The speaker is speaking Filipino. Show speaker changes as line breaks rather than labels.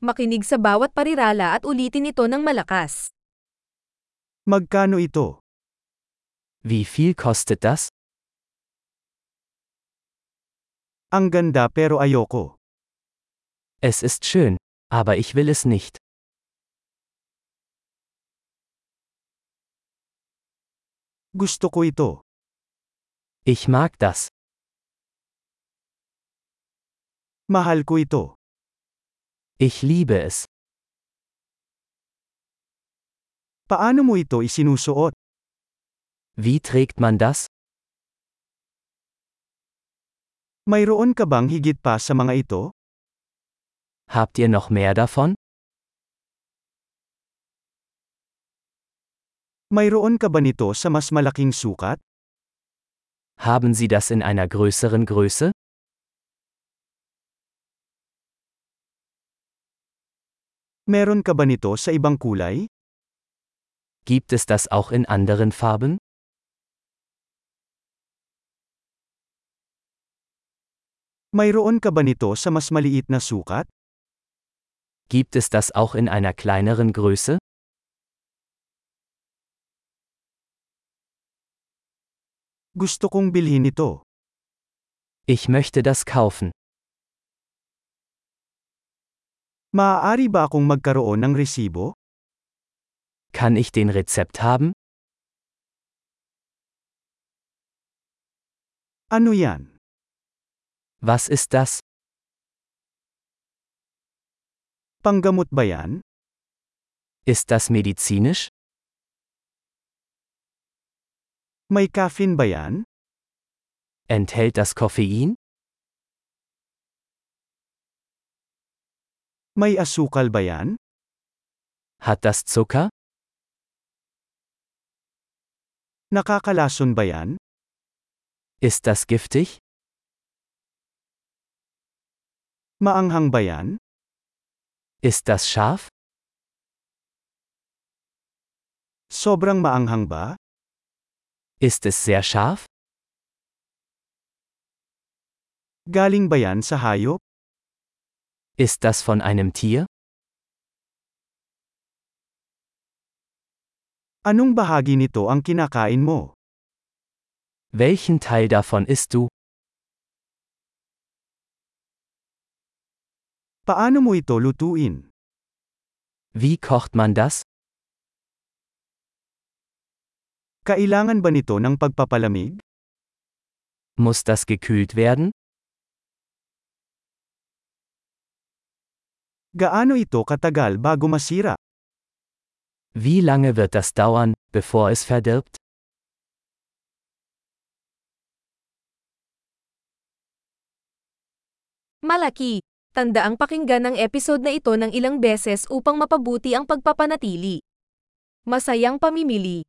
Makinig sa bawat parirala at ulitin ito ng malakas.
Magkano ito?
Wie viel kostet das?
Ang ganda pero ayoko.
Es ist schön, aber ich will es nicht.
Gusto ko ito.
Ich mag das.
Mahal ko ito.
Ich liebe es.
Paano mo ito isinusuot?
Wie trägt man das?
Mayroon ka bang higit pa sa mga ito?
Habt ihr noch mehr davon?
Mayroon ka ba nito sa mas malaking sukat?
Haben Sie das in einer größeren Größe?
Meron ka ba nito sa ibang kulay?
Gibt es das auch in anderen Farben?
Mayroon ka ba nito sa mas maliit na sukat?
Gibt es das auch in einer kleineren Größe?
Gusto kong bilhin ito.
Ich möchte das kaufen.
Maaari ba akong magkaroon ng resibo?
Kann ich den Rezept haben?
Ano yan?
Was ist das?
Panggamot ba yan?
Ist das medizinisch?
May caffeine ba yan?
Enthält das Koffein?
May asukal ba yan?
Hat das Zucker?
Nakakalason ba yan?
Ist das giftig?
Maanghang ba yan?
Ist das scharf?
Sobrang maanghang ba?
Ist es sehr scharf?
Galing ba yan sa hayop?
Ist das von einem Tier?
Anong bahagi nito ang kinakain mo?
Welchen Teil davon isst du?
Paano mo ito lutuin?
Wie kocht man das?
Kailangan ba nito ng pagpapalamig?
Muss das gekühlt werden?
Gaano ito katagal bago masira?
Wie lange wird das dauern, bevor es verdirbt?
Malaki! Tandaang pakinggan ang episode na ito ng ilang beses upang mapabuti ang pagpapanatili. Masayang pamimili!